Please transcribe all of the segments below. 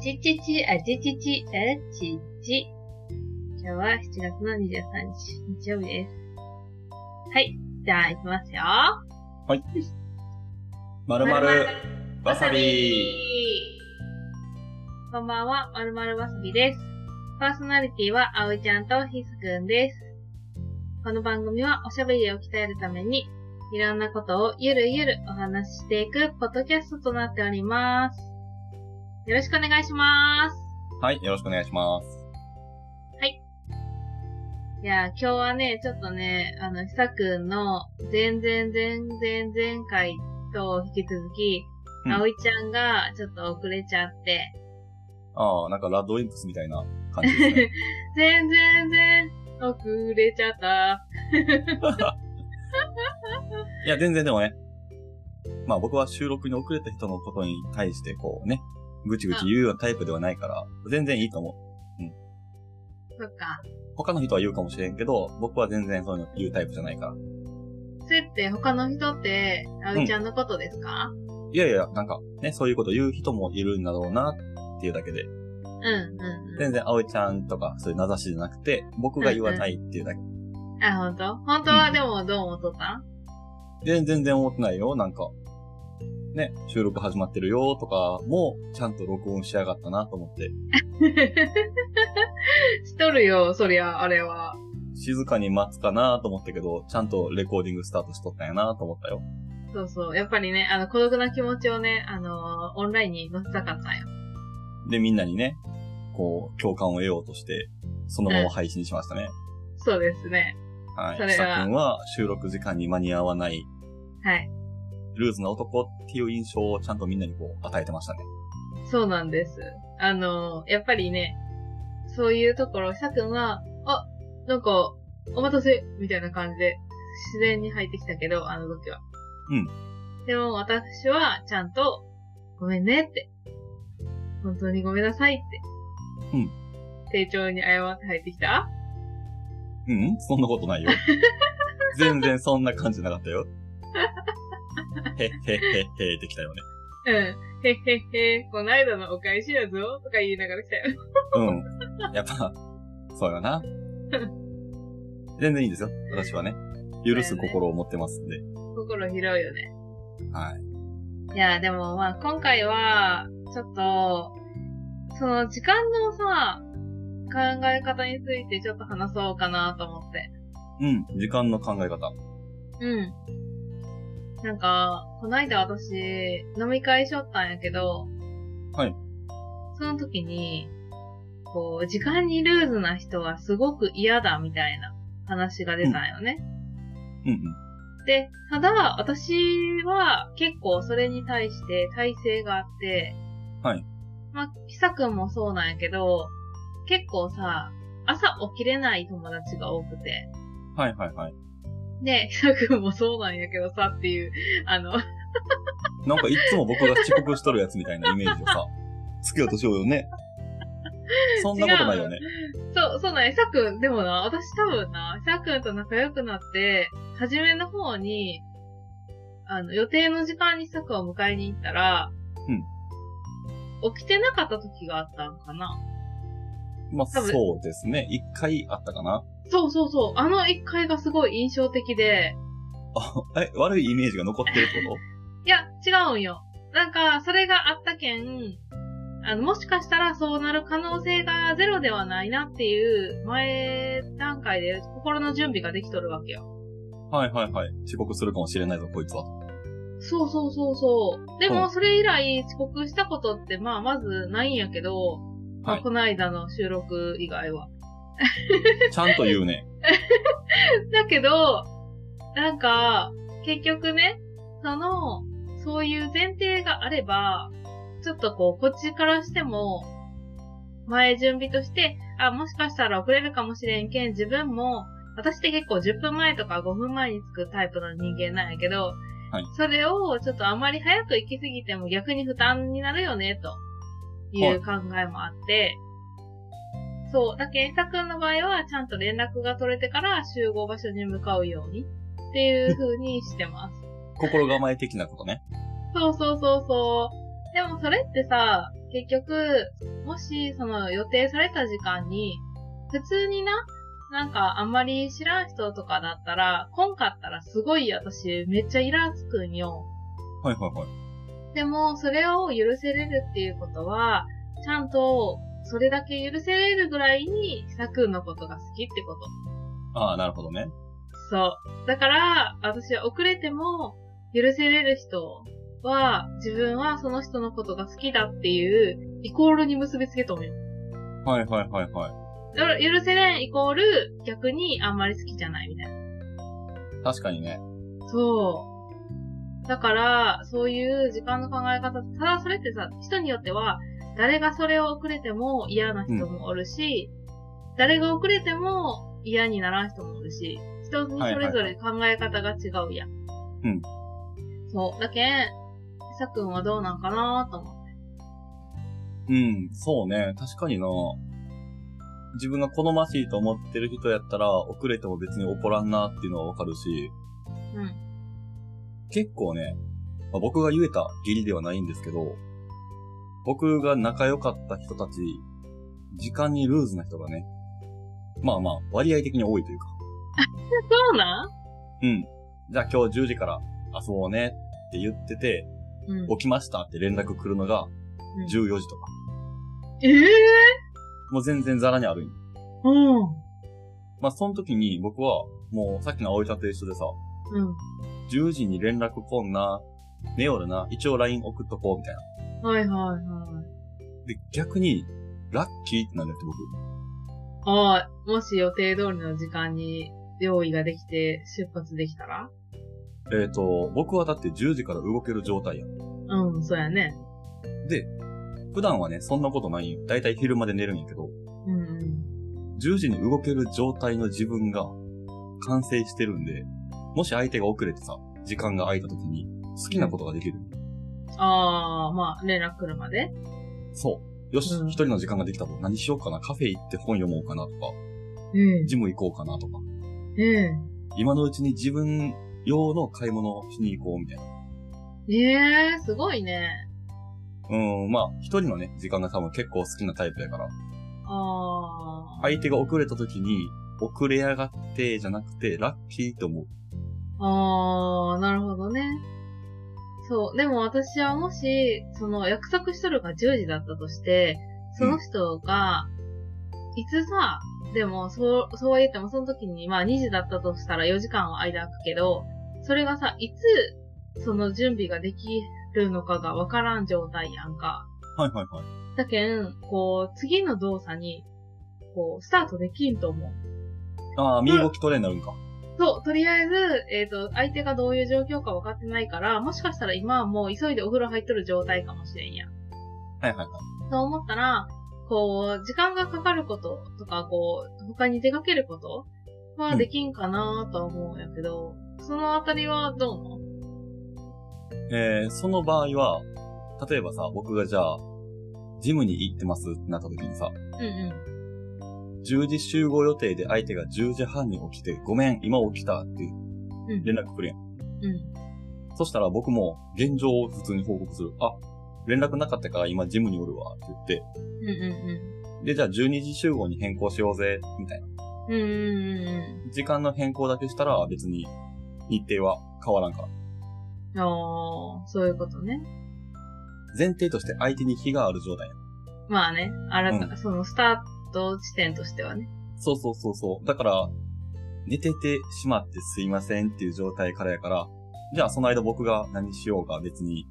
ちちち、あちちち、あちち。今日は7月の23日、日曜日です。はい。じゃあ、行きますよ。はい。まるままるるわさび。こんばんは、まるまるわさびです。パーソナリティは、あおいちゃんとひすくんです。この番組は、おしゃべりを鍛えるために、いろんなことをゆるゆるお話ししていく、ポッドキャストとなっております。よろしくお願いします。はい、よろしくお願いします。いやー、今日はね、ちょっとね、あの、ひさくんの、前々前々前々回と引き続き、うんあおいちゃんがちょっと遅れちゃって、ああ、なんかラッドウィンプスみたいな感じです ね。全然全然遅れちゃった。いや、全然でもね、まあ僕は収録に遅れた人のことに対してこうね、ぐちぐち言うようなタイプではないから、全然いいと思う。そっか。他の人は言うかもしれんけど、僕は全然そういうの言うタイプじゃないから。それって他の人って、あおいちゃんのことですか、いやいや、なんかね、そういうこと言う人もいるんだろうなっていうだけで、うん、うん、全然葵ちゃんとかそういう名指しじゃなくて、僕が言わないっていうだけ。うん。あ、ほんと本当はでもどう思っとったんで、全然思ってないよ、なんか。ね、収録始まってるよとかも、ちゃんと録音しやがったなと思って、しとるよ、そりゃ、あれは。静かに待つかなと思ったけど、ちゃんとレコーディングスタートしとったんやなと思ったよ。そうそう。やっぱりね、あの、孤独な気持ちをね、あのーオンラインに載せたかったんよ。で、みんなにね、こう、共感を得ようとして、そのまま配信しましたね。そうですね。はい。それがひさくんは収録時間に間に合わない、はい。ルーズな男っていう印象をちゃんとみんなにこう、与えてましたね。そうなんです。あのーやっぱりね、そういうところ、さくんは、あ、なんか、お待たせ、みたいな感じで、自然に入ってきたけど、あの時は。うん。でも私は、ちゃんと、ごめんねって。本当にごめんなさいって。うん。丁重に謝って入ってきたうんそんなこ とないよ。全然そんな感じなかったよ。へっへっへっへってきたよね。うん。へっへっへ、こないだのお返しやぞ、とか言いながら来たよ。うん。やっぱ、そうよな。全然いいですよ。私はね。許す心を持ってますんで。心広いよね。はい。いや、でもまあ今回は、ちょっと、その時間のさ、考え方についてちょっと話そうかなと思って。うん。時間の考え方。うん。なんか、こないだ私、飲み会しよったんやけど、はい。その時に、こう、時間にルーズな人はすごく嫌だみたいな話が出たんよね。うんうん。で、ただ、私は結構それに対して耐性があって、はい。まあ、ひさくんもそうなんやけど、結構さ、朝起きれない友達が多くて、はいはいはい。で、ひさくんもそうなんやけどさっていう、あの、なんかいつも僕が遅刻しとるやつみたいなイメージ をさ、つけようとしようよね。そんなことないよね。そう、そうなんや、ひさくん、でもな、私多分な、ひさくんと仲良くなって、初めの方に、あの、予定の時間にひさくんを迎えに行ったら、うん。起きてなかった時があったんかな。まあ多分そうですね。一回あったかな。そうそうそう。あの一回がすごい印象的で。あ、え、悪いイメージが残ってるってこいや、違うんよ。なんか、それがあったけん、あの、もしかしたらそうなる可能性がゼロではないなっていう前段階で心の準備ができとるわけよ。とはいはいはい。遅刻するかもしれないぞ、こいつは。そうそうそうそう。でうも、んそれ以来遅刻したことって、まあ、まずないんやけど、まはあ、いこの間の収録以外は。ちゃんと言うね。だけど、なんか、結局ね、その、そういう前提があれば、ちょっとこう、こっちからしても、前準備として、あ、もしかしたら遅れるかもしれんけん、自分も、私って結構10分前とか5分前に着くタイプの人間なんやけど、はいそれをちょっとあまり早く行き過ぎても逆に負担になるよね、という考えもあって、そう。だけど、エサ君の場合は、ちゃんと連絡が取れてから集合場所に向かうようにっていう風にしてます。心構え的なことね。そうそうそうそう。でもそれってさ、結局、もし、その予定された時間に、普通にな、なんかあんまり知らん人とかだったら、来んかったらすごい私めっちゃイラつくんよ。はいはいはい。でも、それを許せれるっていうことは、ちゃんと、それだけ許せれるぐらいに、久くんのことが好きってこと。ああ、なるほどね。そう。だから、私は遅れても、許せれる人は、自分はその人のことが好きだっていう、イコールに結びつけと思うよ。はいはいはいはい。だから許せれんイコール、逆にあんまり好きじゃないみたいな。確かにね。そう。だから、そういう時間の考え方、ただそれってさ、人によっては、誰がそれを遅れても嫌な人もおるし、誰が遅れても嫌にならん人もおるし、人にそれぞれ考え方が違うやん。うんそう。だけん、さくんはどうなんかなと思って。うん、そうね。確かにな。自分が好ましいと思ってる人やったら、遅れても別に怒らんなっていうのはわかるし、うん。結構ね、まあ僕が言えた義理ではないんですけど、僕が仲良かった人たち、時間にルーズな人がね、まあまあ、割合的に多いというか、そうなんうん。じゃあ今日10時から遊ぼうねって言ってて、うん。起きましたって連絡来るのがうん14時とか。ええもう全然ザラにあるんようん。まあその時に僕は、もうさっきの葵ちゃんと一緒でさ、うん。 10時に連絡来んな、寝よるな、一応 LINE 送っとこうみたいな。はいはいはい。で、逆に、ラッキーってなるんだって僕。ああ、もし予定通りの時間に用意ができて出発できたらえっ、と、僕はだって10時から動ける状態やん。うん、そうやね。で、普段はね、そんなことないんよ。だいたい昼まで寝るんやけど、うんうん。 10時に動ける状態の自分が完成してるんで、もし相手が遅れてさ、時間が空いた時に好きなことができる。ああ、まあ、連絡来るまで。そう。よし、一、うん人の時間ができたと。何しようかな。カフェ行って本読もうかなとか、うん。ジム行こうかなとか、うん。今のうちに自分用の買い物をしに行こうみたいな。ええすごいね。うん、まあ、一人のね、時間が多分結構好きなタイプやから、ああ。相手が遅れた時に、遅れやがってじゃなくて、ラッキーと思う。ああ、なるほどね。そう。でも私はもし、その約束しとるが10時だったとして、その人が、いつさ、でも、そう、そうは言ってもその時に、まあ2時だったとしたら4時間は間空くけど、それがさ、いつ、その準備ができるのかがわからん状態やんか。はいはいはい。だけん、こう、次の動作に、こう、スタートできんと思う。ああ、身動き取れになるんか。そう、とりあえず、えっ、と、相手がどういう状況か分かってないから、もしかしたら今はもう急いでお風呂入っとる状態かもしれんやん。はいはいはい。そう思ったら、こう、時間がかかることとか、こう、他に出かけることはできんかなとは思うんやけど、そのあたりはどう思うえー、その場合は、例えばさ、僕がじゃあ、ジムに行ってますってなった時にさ、うんうん。 10時集合予定で相手が10時半に起きて、ごめん、今起きたってうん。連絡くれん。うん。そしたら僕も現状を普通に報告する。あ、連絡なかったから今ジムにおるわって言って、うんうで、じゃあ12時集合に変更しようぜ、みたいな。んうん。うんうんう時間の変更だけしたら別に日程は変わらんから。んうん。ああ、そういうことね。前提として相手に非がある状態や。まあね、新た、そのスタート地点としてはね。そうそうそうそう。だから、寝ててしまってすいませんっていう状態からやから、じゃあその間僕が何しようが別に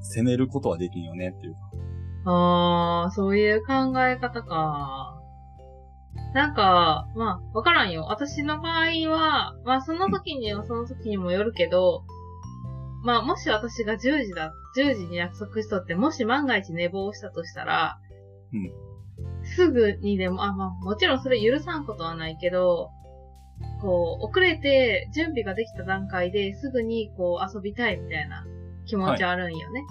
責めることはできんよねっていうか。ああ、そういう考え方か。なんか、まあ、わからんよ。私の場合は、まあ、その時にはその時にもよるけど、まあ、もし私が10時だ、10時に約束しとって、もし万が一寝坊したとしたら、うんすぐにでも、あ、まあ、もちろんそれ許さんことはないけど、こう、遅れて準備ができた段階ですぐにこう遊びたいみたいな気持ちあるんよね。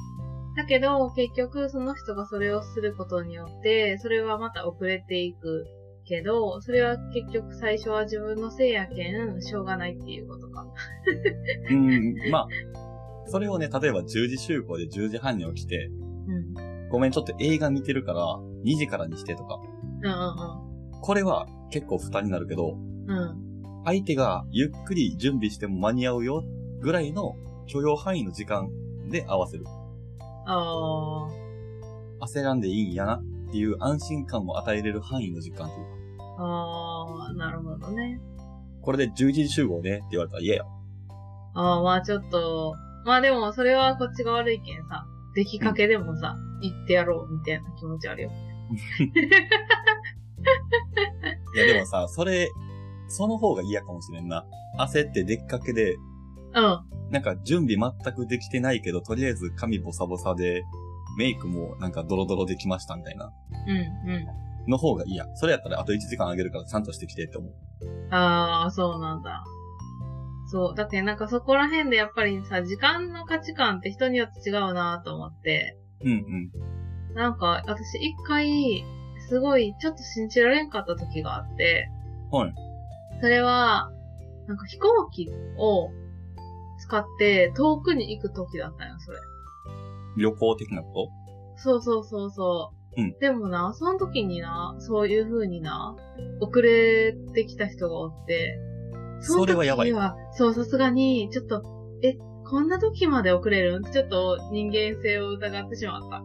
だけど、結局、その人がそれをすることによって、それはまた遅れていくけど、それは結局最初は自分のせいやけん、しょうがないっていうことか。うん、まあ、それをね、例えば10時集合で10時半に起きて、うん。ごめん、ちょっと映画見てるから、2時からにしてとか。うんこれは結構負担になるけど、うんうん。うん。相手がゆっくり準備しても間に合うよぐらいの許容範囲の時間で合わせる。あ焦らんでいいんやなっていう安心感を与えれる範囲の時間というか。あ、ああ、なるほどね。これで11時集合ねって言われたら嫌や。ああ、まあちょっと、まあでもそれはこっちが悪いけんさ、出来かけでもさ、行ってやろうみたいな気持ちあるよ。いやでもさ、それ、その方が嫌かもしれんな。焦って出っかけで、うん。なんか準備全くできてないけど、とりあえず髪ボサボサで、メイクもなんかドロドロできましたみたいな。うん、うの方が嫌。それやったらあと1時間あげるからちゃんとしてきてって思う。ん。ああ、そうなんだ。そう。だってなんかそこら辺でやっぱりさ、時間の価値観って人によって違うなと思って、うんうん。なんか私一回、すごいちょっと信じられんかった時があって、はい。それは、なんか飛行機を使って遠くに行く時だったよ、それ。旅行的なこそうそうそうそう。うんでもな、その時にな、そういう風にな、遅れてきた人がおって、とそのそれはやばい時に。はそう、さすがに、ちょっと、え、こんな時まで遅れるんってちょっと人間性を疑ってしまった。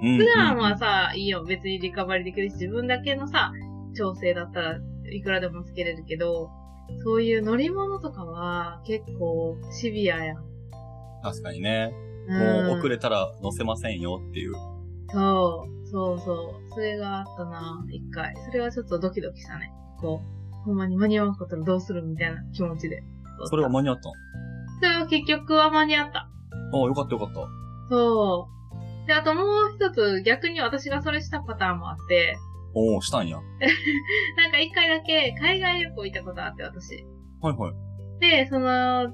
普普段は、さ、いいよ、別にリカバリーできるし、自分だけのさ、調整だったらいくらでもつけれるけど、そういう乗り物とかは結構シビアやん。確かにね。うんもう遅れたら乗せませんよっていう。そう、そうそう。それがあったな、一回。それはちょっとドキドキしたね。こう、ほんまに間に合わんかったらどうするみたいな気持ちで。それは間に合ったそれは結局は間に合った。のああ、よかったよかった。そう。で、あともう一つ、逆に私がそれしたパターンもあって、おおしたんや。はなんか一回だけ海外旅行行ったことあって、私。いはい。で、その、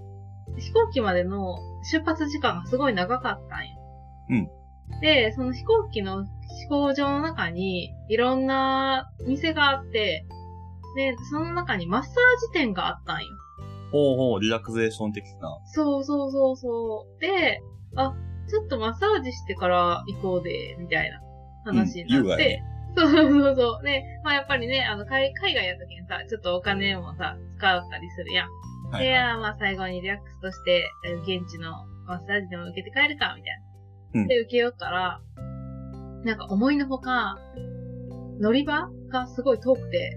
飛行機までの出発時間がすごい長かったんよ。で、その飛行機の飛行場の中に、いろんな店があって、で、その中にマッサージ店があったんよ。おうおうリラクゼーション的な。そうそうそうそう。で、あ、ちょっとマッサージしてから行こうで、みたいな話にうん優な雅っやてね。そうそうそうそう。で、まあやっぱりね、あの、海海外やった時にさ、ちょっとお金もさ、使ったりするやん。はい、で、はい。あーまあ最後にリラックスとして、えー現地のマッサージでも受けて帰るか、みたいな。うんで、受けようから、なんか思いのほか、乗り場がすごい遠くて、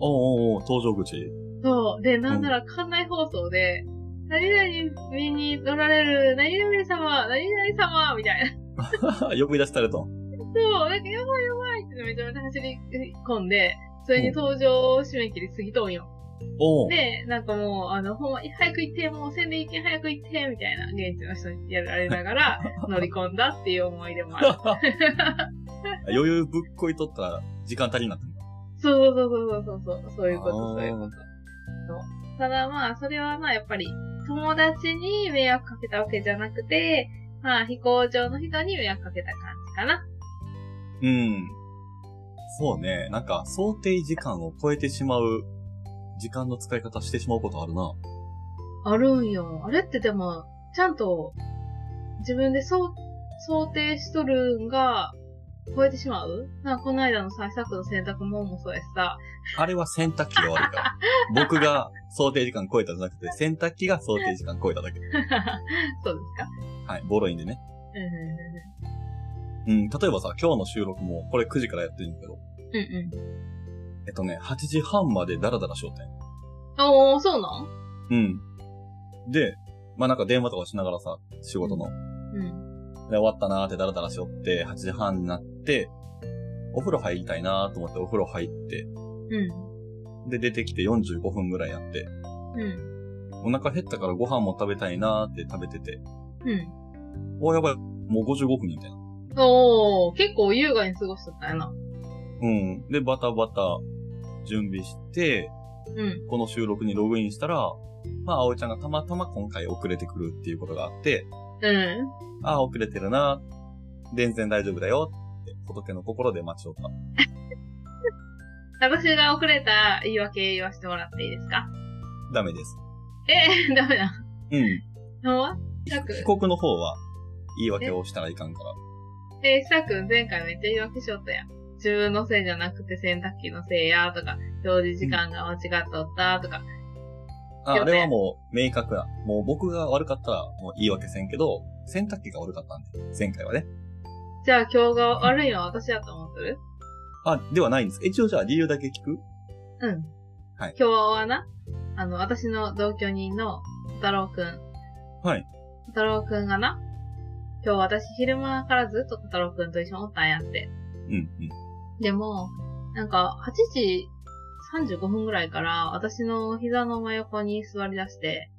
おうおうおう搭乗口。 そう。で、なんなら館内放送で、何々見に乗られる、何々様、何々様、みたいな。呼び出したれそう、と。なんかやばいやばいってめちゃめちゃ走り込んで、それに登場締め切り過ぎとんよ。おうで、なんかもう、あの、ほんま、早く行って、もう宣伝行け、早く行って、みたいな、現地の人にやられながら乗り込んだっていう思い出もある。 余裕ぶっこいとったら時間足りなくなった。そうそうそうそうそうそう、そういうこと、あーそういうこと。そうただまあ、それはまあ、やっぱり、友達に迷惑かけたわけじゃなくて、まあ、飛行場の人に迷惑かけた感じかな。うん。そうね。なんか、想定時間を超えてしまう時間の使い方してしまうことあるな。あるんよ。あれってでも、ちゃんと、自分で想、想定しとるんが、超えてしまうなんかこの間のさ、さっきの洗濯物もそうやしさ、あれは洗濯機が悪いから。僕が想定時間超えたんじゃなくて、洗濯機が想定時間超えただけ。そうですかはい、ボロいんでね。うんうん、例えばさ、今日の収録も、これ9時からやってるんだけど、うんうん。うんえっとね、8時半までダラダラしようて。うん。おー、そうなんうん。で、まあ、なんか電話とかしながらさ、仕事の。んうん。で、終わったなーってダラダラしよって、8時半になって、お風呂入りたいなーと思ってお風呂入って、うで、出てきて45分ぐらいやって、ん。うん。お腹減ったからご飯も食べたいなーって食べてて、うん。おーやばい、もう55分みたいな。おー、結構優雅に過ごしとったよな。うん。で、バタバタ準備して、うん。この収録にログインしたら、まあ、葵ちゃんがたまたま今回遅れてくるっていうことがあって、うん。ああ、遅れてるな。全然大丈夫だよ。って、仏の心で待ちよった。私が遅れた言い訳言わせてもらっていいですかダメです。えー、 ダメだ。うん。ほんま早く被告の方は、言い訳をしたらいかんから。え、したくん前回めっちゃ言い訳しよったやん。自分のせいじゃなくて洗濯機のせいやとか、表示時間が間違っとったとか。あ、よあねれはもう明確や。もう僕が悪かったらもう言い訳せんけど、洗濯機が悪かったんで、前回はね。じゃあ今日が悪いのは私やと思ってるあ、ではないんです。一応じゃあ理由だけ聞くうん。はい今日はな、あの、私の同居人の太郎くん。はい。太郎くんがな、今日私昼間からずっと太郎くんと一緒におったんやって。うん、うん。でも、なんか、8時35分ぐらいから、私の膝の真横に座り出して、。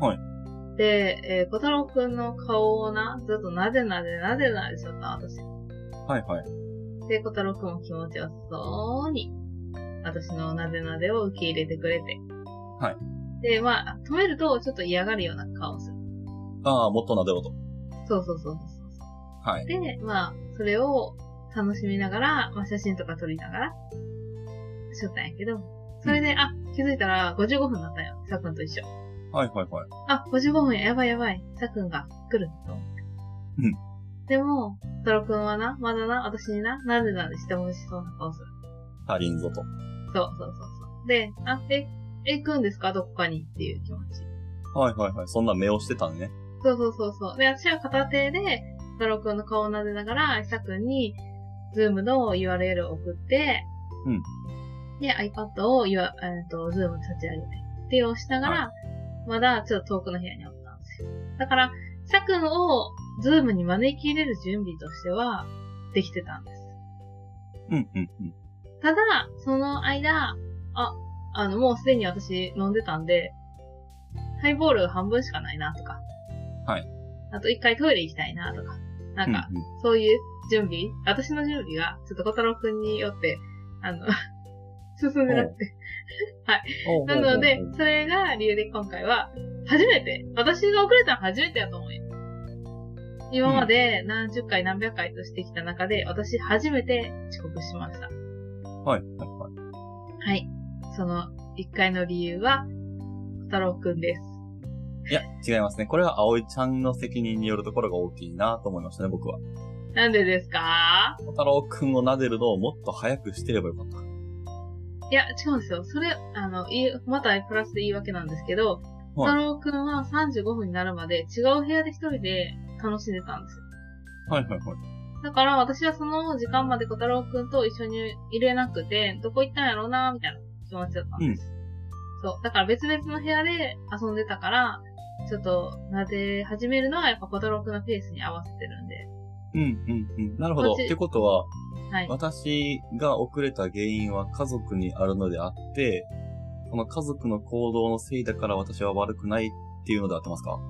はいで、えー、小太郎くんの顔をな、ずっとなでなでなでなでしちゃった、私。はいはい。で、小太郎くんも気持ちよさそうに、私のなでなでを受け入れてくれて。はい。で、まあ、止めると、ちょっと嫌がるような顔をする。ああ、もっとなでろと。そうそうそうそうそう。はい。で、まあ、それを楽しみながら、まあ、写真とか撮りながら、しよったんやけど、それで、あ、気づいたら55分だったんよ、さっくんと一緒。はいはいはい。あ、55分や、やばいやばい、さっくんが来ると思って。うん。でも、太郎くんはな、まだな、私にな、なでなでしてほしそうな顔する。足りんぞと。そうそうそうそう。で、あ、え、え、行くんですかどこかにっていう気持ち。はいはいはい。そんな目をしてたんね。そうそうそうそう。で、私は片手で、太郎くんの顔を撫でながら、久くんに、ズームの URL を送って、うん。で、iPad を、いわ、えっと、ズーム立ち上げて、っていうのをしながら、まだちょっと遠くの部屋におったんですよ。だから、久くんを、ズームに招き入れる準備としては、できてたんです。うん、うん、うん。ただ、その間、あ、あの、もうすでに私飲んでたんで、ハイボール半分しかないなとか。はい。あと一回トイレ行きたいなとか。なんか、うんうんそういう準備、私の準備が、ちょっと小太郎くんによって、あの、 進んでなくて。おうなのでおうおう、それが理由で今回は、初めて、私が遅れたの初めてやと思うよ。今まで何十回何百回としてきた中で、私初めて遅刻しました。おうはい、はい、はい。はい。その一回の理由は、小太郎くんです。いや、違いますね。これは葵ちゃんの責任によるところが大きいなと思いましたね、僕は。なんでですか小太郎くんを撫でるのをもっと早くしてればよかった。いや、違うんですよ。それ、あの、いいまたプラスで言い訳なんですけど、小はい太郎くんは35分になるまで違う部屋で一人で楽しんでたんですよ。はい、はい、はい。だから私はその時間まで小太郎くんと一緒にいれなくて、どこ行ったんやろうなみたいな気持ちだったんです。そう。だから別々の部屋で遊んでたから、ちょっと、なで始めるのはやっぱ小太郎くんのペースに合わせてるんで。うん、うん、うん。なるほど。っこっちてことは、はい。私が遅れた原因は家族にあるのであって、この家族の行動のせいだから私は悪くないっていうので合ってますかはい。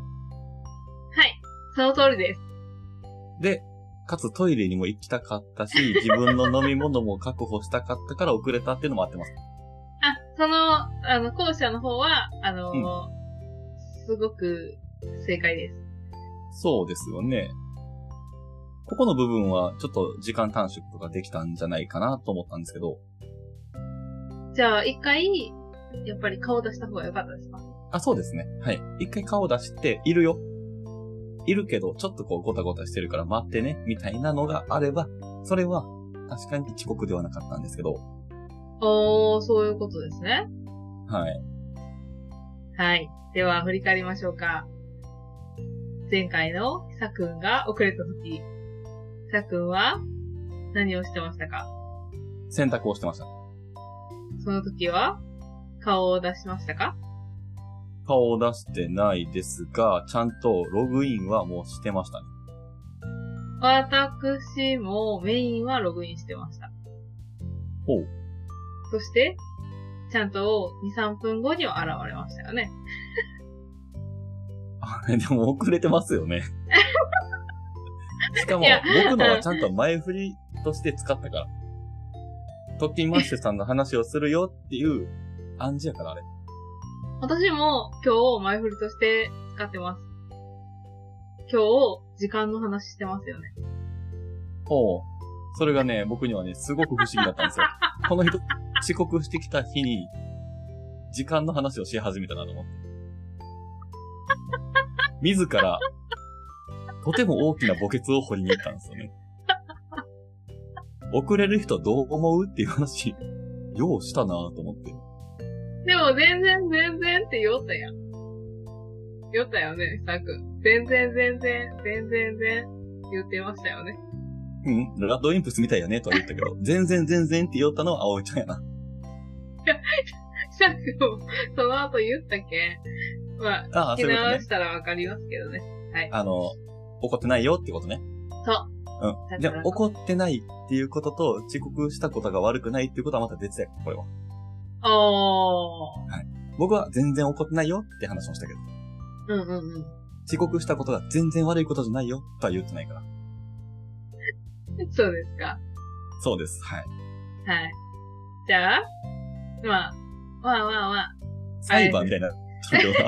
その通りです。で、かつトイレにも行きたかったし、 自分の飲み物も確保したかったから遅れたっていうのも合ってます。あ、その、あの、後者の方は、あのーうすごく正解です。そうですよね。ここの部分はちょっと時間短縮とかできたんじゃないかなと思ったんですけど、じゃあ、一回、やっぱり顔出した方が良かったですかあ、そうですね。はい。一回顔出して、いるよ。いるけど、ちょっとこう、ごたごたしてるから待ってね、みたいなのがあれば、それは、確かに遅刻ではなかったんですけど、おー、そういうことですね。はい。はい。では、振り返りましょうか。前回のひさくんが遅れた時ひさくんは、何をしてましたか選択をしてました。その時は、顔を出しましたか顔を出してないですが、ちゃんとログインはもうしてましたね。私もメインはログインしてました。ほう。そして、ちゃんと2、3分後には現れましたよね。あれ、でも遅れてます よね。しかもいや、僕のはちゃんと前振りとして使ったから。トッキンマッシュさんの話をするよっていう暗示やから、あれ。私も今日前振りとして使ってます。今日、時間の話してますよね。おうそれがね、僕にはね、すごく不思議だった んですよ。この人、遅刻してきた日に、時間の話をし始めたなと思って。自ら、とても大きな墓穴を掘りに行ったんですよね。遅れる人どう思うっていう話、ようしたなぁと思って。でも全然全然って言おったやん。言おったよね、さくん。全然全然、全然全然言ってましたよね。うん、ラッドインプスみたいやねとは言ったけど、全然全然って言おったのは葵ちゃんやな。さくんも、その後言ったっけまあ、ああ、聞そきういうこと直ね。したらわかりますけどね。あの、怒ってないよってことね。そう。だうからん。じゃあ、怒ってないっていうことと、遅刻したことが悪くないっていうことはまた別や、これは。おー。僕は全然怒ってないよって話をしたけど、うんうんうん。遅刻したことが全然悪いことじゃないよとは言ってないから。そうですか。そうです。はい。はい。じゃあ、まあ、まあまあまあ。裁判みたいになったけどな。い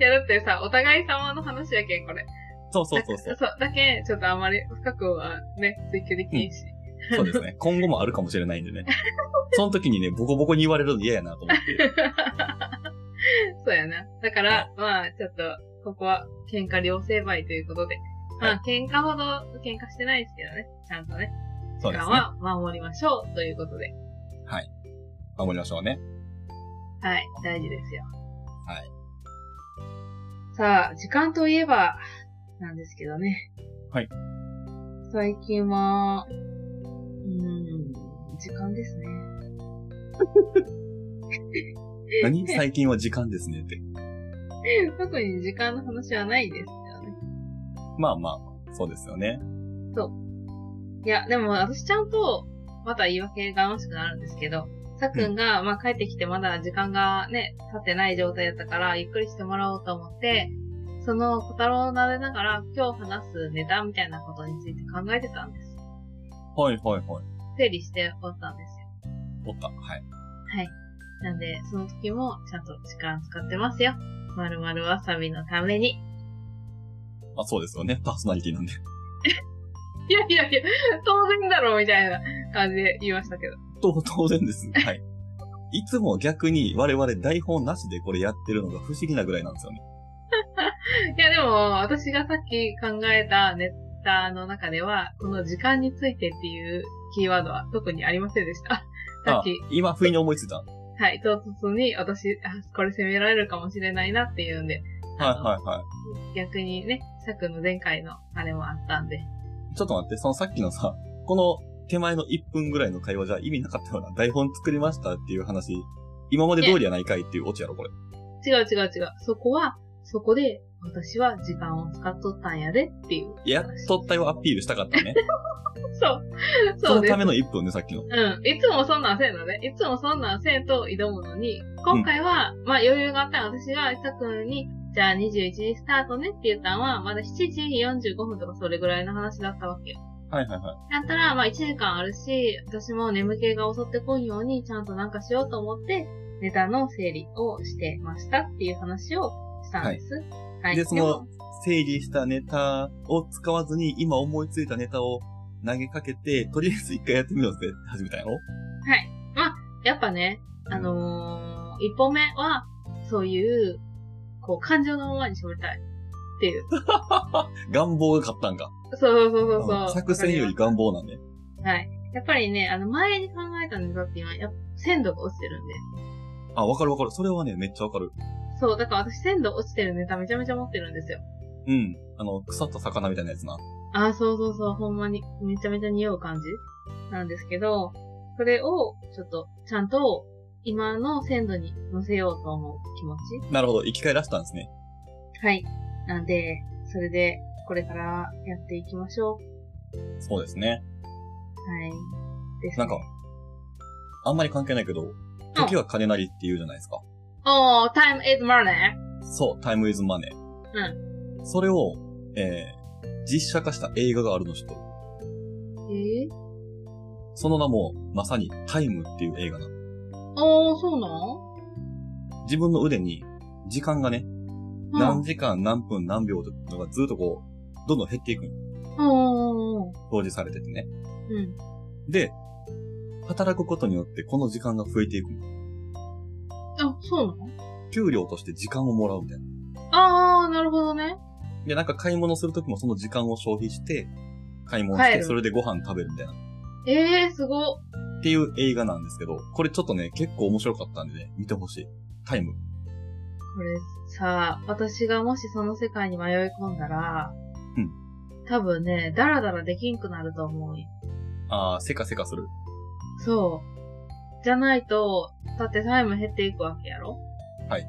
や、だってさ、お互い様の話やけん、これ。 そうそうそうそだう。そう。だけん、ちょっとあんまり深くはね、追求できんし。そうですね。今後もあるかもしれないんでね。その時にね、ボコボコに言われるの嫌やなと思って。そうやな。だから、まあ、ちょっと、ここは、喧嘩両成敗ということで。まはあ、喧嘩ほど喧嘩してないですけどね。ちゃんとね。そう時で間すね。は守りましょうということで。守りましょうね。はい。大事ですよ。はい。さあ、時間といえば、なんですけどね。はい。最近は、うーん、時間ですね。 何最近は時間ですねって。特に時間の話はないですよね。まあまあまあ、そうですよね。いや、でも私ちゃんと、また言い訳がましくなるんですけど、さくんが、まあ帰ってきてまだ時間がね、経ってない状態だったから、ゆっくりしてもらおうと思って、その小太郎を撫でながら、今日話すネタみたいなことについて考えてたんです。はいはいはい。整理しておったんですよ。おった。はい。はい。なんで、その時もちゃんと時間使ってますよ。まるまるわさびのために。まあそうですよね。パーソナリティなんで。いやいやいや、当然だろ、みたいな感じで言いましたけど。と当然です。はい。いつも逆に我々台本なしでこれやってるのが不思議なぐらいなんですよね。いや、でも、私がさっき考えたネタの中では、この時間についてっていうキーワードは特にありませんでした。さあっき、、今不意に思いついた。はいはい、唐突に私、あ、これ責められるかもしれないなっていうんで、はいはい。逆にね、さくの前回のあれもあったんで。ちょっと待って、そのさっきのさ、この手前の1分ぐらいの会話じゃ意味なかったような台本作りましたっていう話、今まで通りやないかいっていうオチやろ、これ。違う違う違う。そこは、そこで、私は時間を使っとったんやでっていう。 やっとったよアピールしたかったね。 そう。そそうのですた。めの1分ね、さっきの。うん。いつもそんなんせんのね。いつもそんなんせんと挑むのに、今回は、まあ余裕があったら私がさくんに、じゃあ21時スタートねって言ったのは、まだ7時45分とかそれぐらいの話だったわけよ。はいはいはい。だったら、まあ1時間あるし、私も眠気が襲ってこんようにちゃんとなんかしようと思って、ネタの整理をしてましたっていう話をしたんです。はい。でその整理したネタを使わずに、今思いついたネタを投げかけて、とりあえず一回やってみようぜって始めたんやろはい。まあ、やっぱね、あのー、一歩目は、そういう、こう、感情のままに絞りたい。って いう。願望が勝ったんか。そうそうそうそうそう。うん作戦より願望なんで。はい。やっぱりね、あの、前に考えたネタって今、やっぱ鮮度が落ちてるんで。あ、わかるわかる。それはね、めっちゃわかる。そう、だから私鮮度落ちてるネタめちゃめちゃ持ってるんですよ。うん。あの、腐った魚みたいなやつな。ああ、そうそうそう、ほんまに、めちゃめちゃ匂う感じなんですけど、それを、ちょっと、ちゃんと、今の鮮度に乗せようと思う気持ち。なるほど。生き返らせたんですね。はい。なんで、それで、これからやっていきましょう。そうですね。はい。です、なんか、あんまり関係ないけど、時は金なりって言うじゃないですか。おー、time is money! そう、タイムイズマネー。それを、えー、実写化した映画があるの人。えー、その名も、まさにタイムっていう映画なの。おー、そうな自分の腕に、時間がね、ん何時間何分何秒とかずっとこう、どんどん減っていくうのん。うん。表示されててね。うん。で、働くことによってこの時間が増えていくの。あ、そうなの給料として時間をもらうみたいな。あー、なるほどね。で、なんか買い物するときもその時間を消費して、買い物し帰て、るそれでご飯食べるみたいな。ええー、すご。っていう映画なんですけど、これちょっとね、結構面白かったんでね、見てほしい。タイム。これさ、私がもしその世界に迷い込んだら、うん。多分ね、ダラダラできんくなると思う。あー、せかせかする。そう。じゃないと、だってタイム減っていくわけやろはい。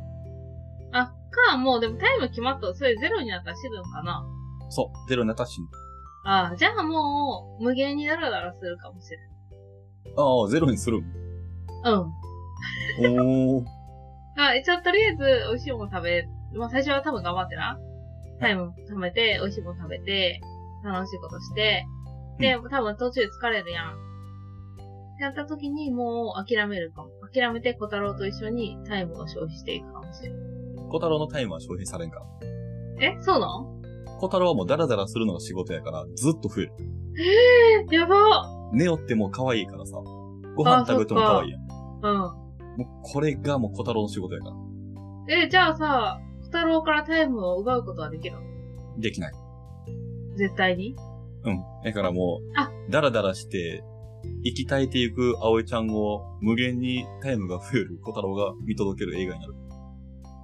あ、か、もうでもタイム決まった。それゼロになったら死ぬんかなそう、ゼロになったし、あじゃあもう、無限にダラダラするかもしれん。あー、ゼロにする。うん。おー、あ、じゃあとりあえず、美味しいもの食べ、まあ最初は多分頑張ってな。タイム貯めて、美味しいもの食べて、楽しいことして、で、多分途中で疲れるやん。ってやった時にもう諦めるかも。諦めて小太郎と一緒にタイムを消費していくかもしれん。小太郎のタイムは消費されんか。え、そうなの小太郎はもうダラダラするのが仕事やから、ずっと増える。えー、やば寝よっても可愛いからさ。ご飯食べても可愛いやん。うもうこれがもう小太郎の仕事やから。ん。え、じゃあさ、小太郎からタイムを奪うことはできるのできない。絶対にうん。だからもあう、ダラダラして、生き絶えていく葵ちゃんを無限にタイムが増える小太郎が見届ける映画になる。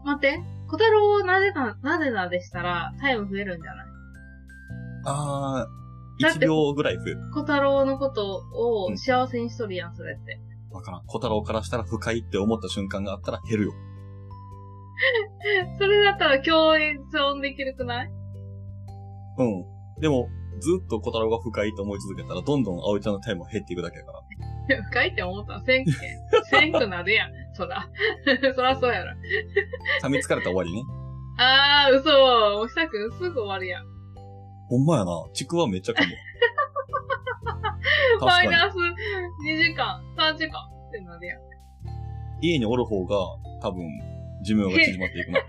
待って、小太郎をなでな、なでなでしたらタイム増えるんじゃないあだー、っ1て秒ぐらい増える。小太郎のことうをん幸せにしとるやん、それって。わからん。小太郎からしたら不快って思った瞬間があったら減るよ。それだったら共演できるくない うん。でも、ずっと小太郎が不快と思い続けたら、どんどん葵ちゃんのタイムは減っていくだけやから。深いって思ったらせん け。せんくなるやん。そら。 そらそうやろ。噛みつかれたら終わりね。あー、嘘。おしたくんすぐ終わるやん。ほんまやな。ちくわめ っちゃ噛む。マイ確かに。ナス2時間、3時間ってなるやん。家におる方が、多分、寿命が縮まっていくな。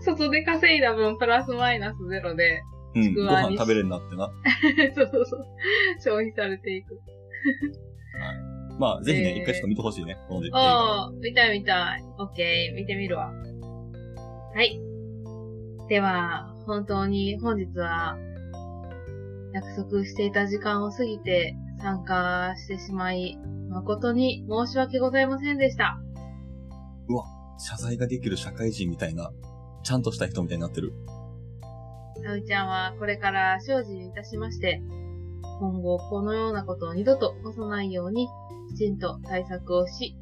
外で稼いだ分、プラスマイナスゼロで、うん。 ちくごわに飯食べれるようになって な。そうそうそう。消費されていく。まあ、ぜひね、えー一回ちょっと見てほしいね。この映画。ああ、見たい見たい。オッケー、見てみるわ。はい。では、本当に本日は、約束していた時間を過ぎて参加してしまい、誠に申し訳ございませんでした。謝罪ができる社会人みたいな、ちゃんとした人みたいになってる。さうちゃんはこれから精進いたしまして、今後このようなことを二度と起こさないように、きちんと対策をし、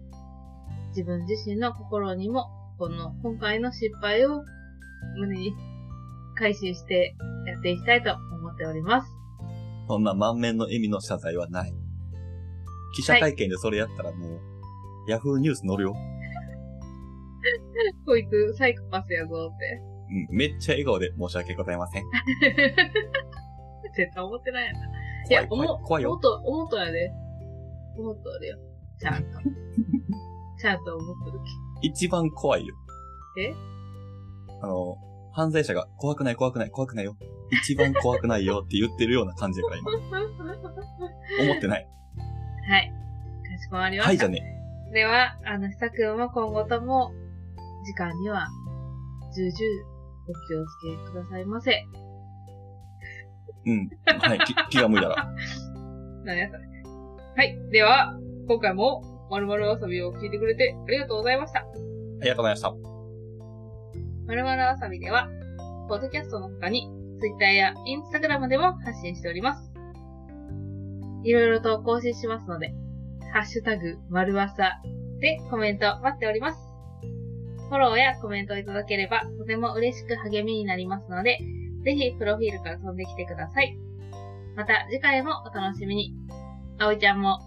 自分自身の心にも、この今回の失敗を胸に回収してやっていきたいと思っております。そんな満面の笑みの謝罪はない。記者会見でそれやったらもう、ヤフーニュース載るよ。こいつサイコパスやぞっうん、めっちゃ笑顔で申し訳ございません。て。絶対思ってないやな。い怖や思い、怖い、怖い思よっ。と、思っとやで。思っとるよ。ちゃんと。ちゃんと思っとる一番怖いよ。えあの、犯罪者が怖くない怖くない怖くないよ。一番怖くないよって言ってるような感じやか ら今。け。思ってない。はい。かしこまりました。はいじゃね。では、あの、久くんも今後とも、時間には、重々、お気をつけくださいませ。うん。はい、き気が向いたら。なんやそれ。はい。では、今回も、まるまる遊びを聞いてくれてありがとうございました。ありがとうございました。まるまる遊びでは、ポッドキャストの他に、Twitter や Instagram でも発信しております。いろいろと更新しますので、ハッシュタグ、まるわさでコメント待っております。フォローやコメントいただければ、とても嬉しく励みになりますので、ぜひプロフィールから飛んできてください。また次回もお楽しみに。あおいちゃんも、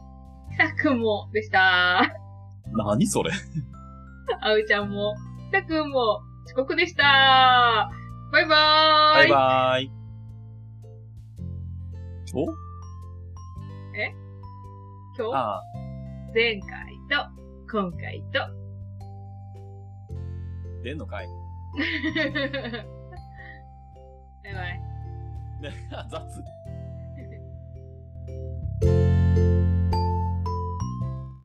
ひさくんもでした。何それあうちゃんも、たくんも、遅刻でしたバイバーイバイバーイ。お今ああ、日、前回と、今回と。 出んのかいバイバイ。雑。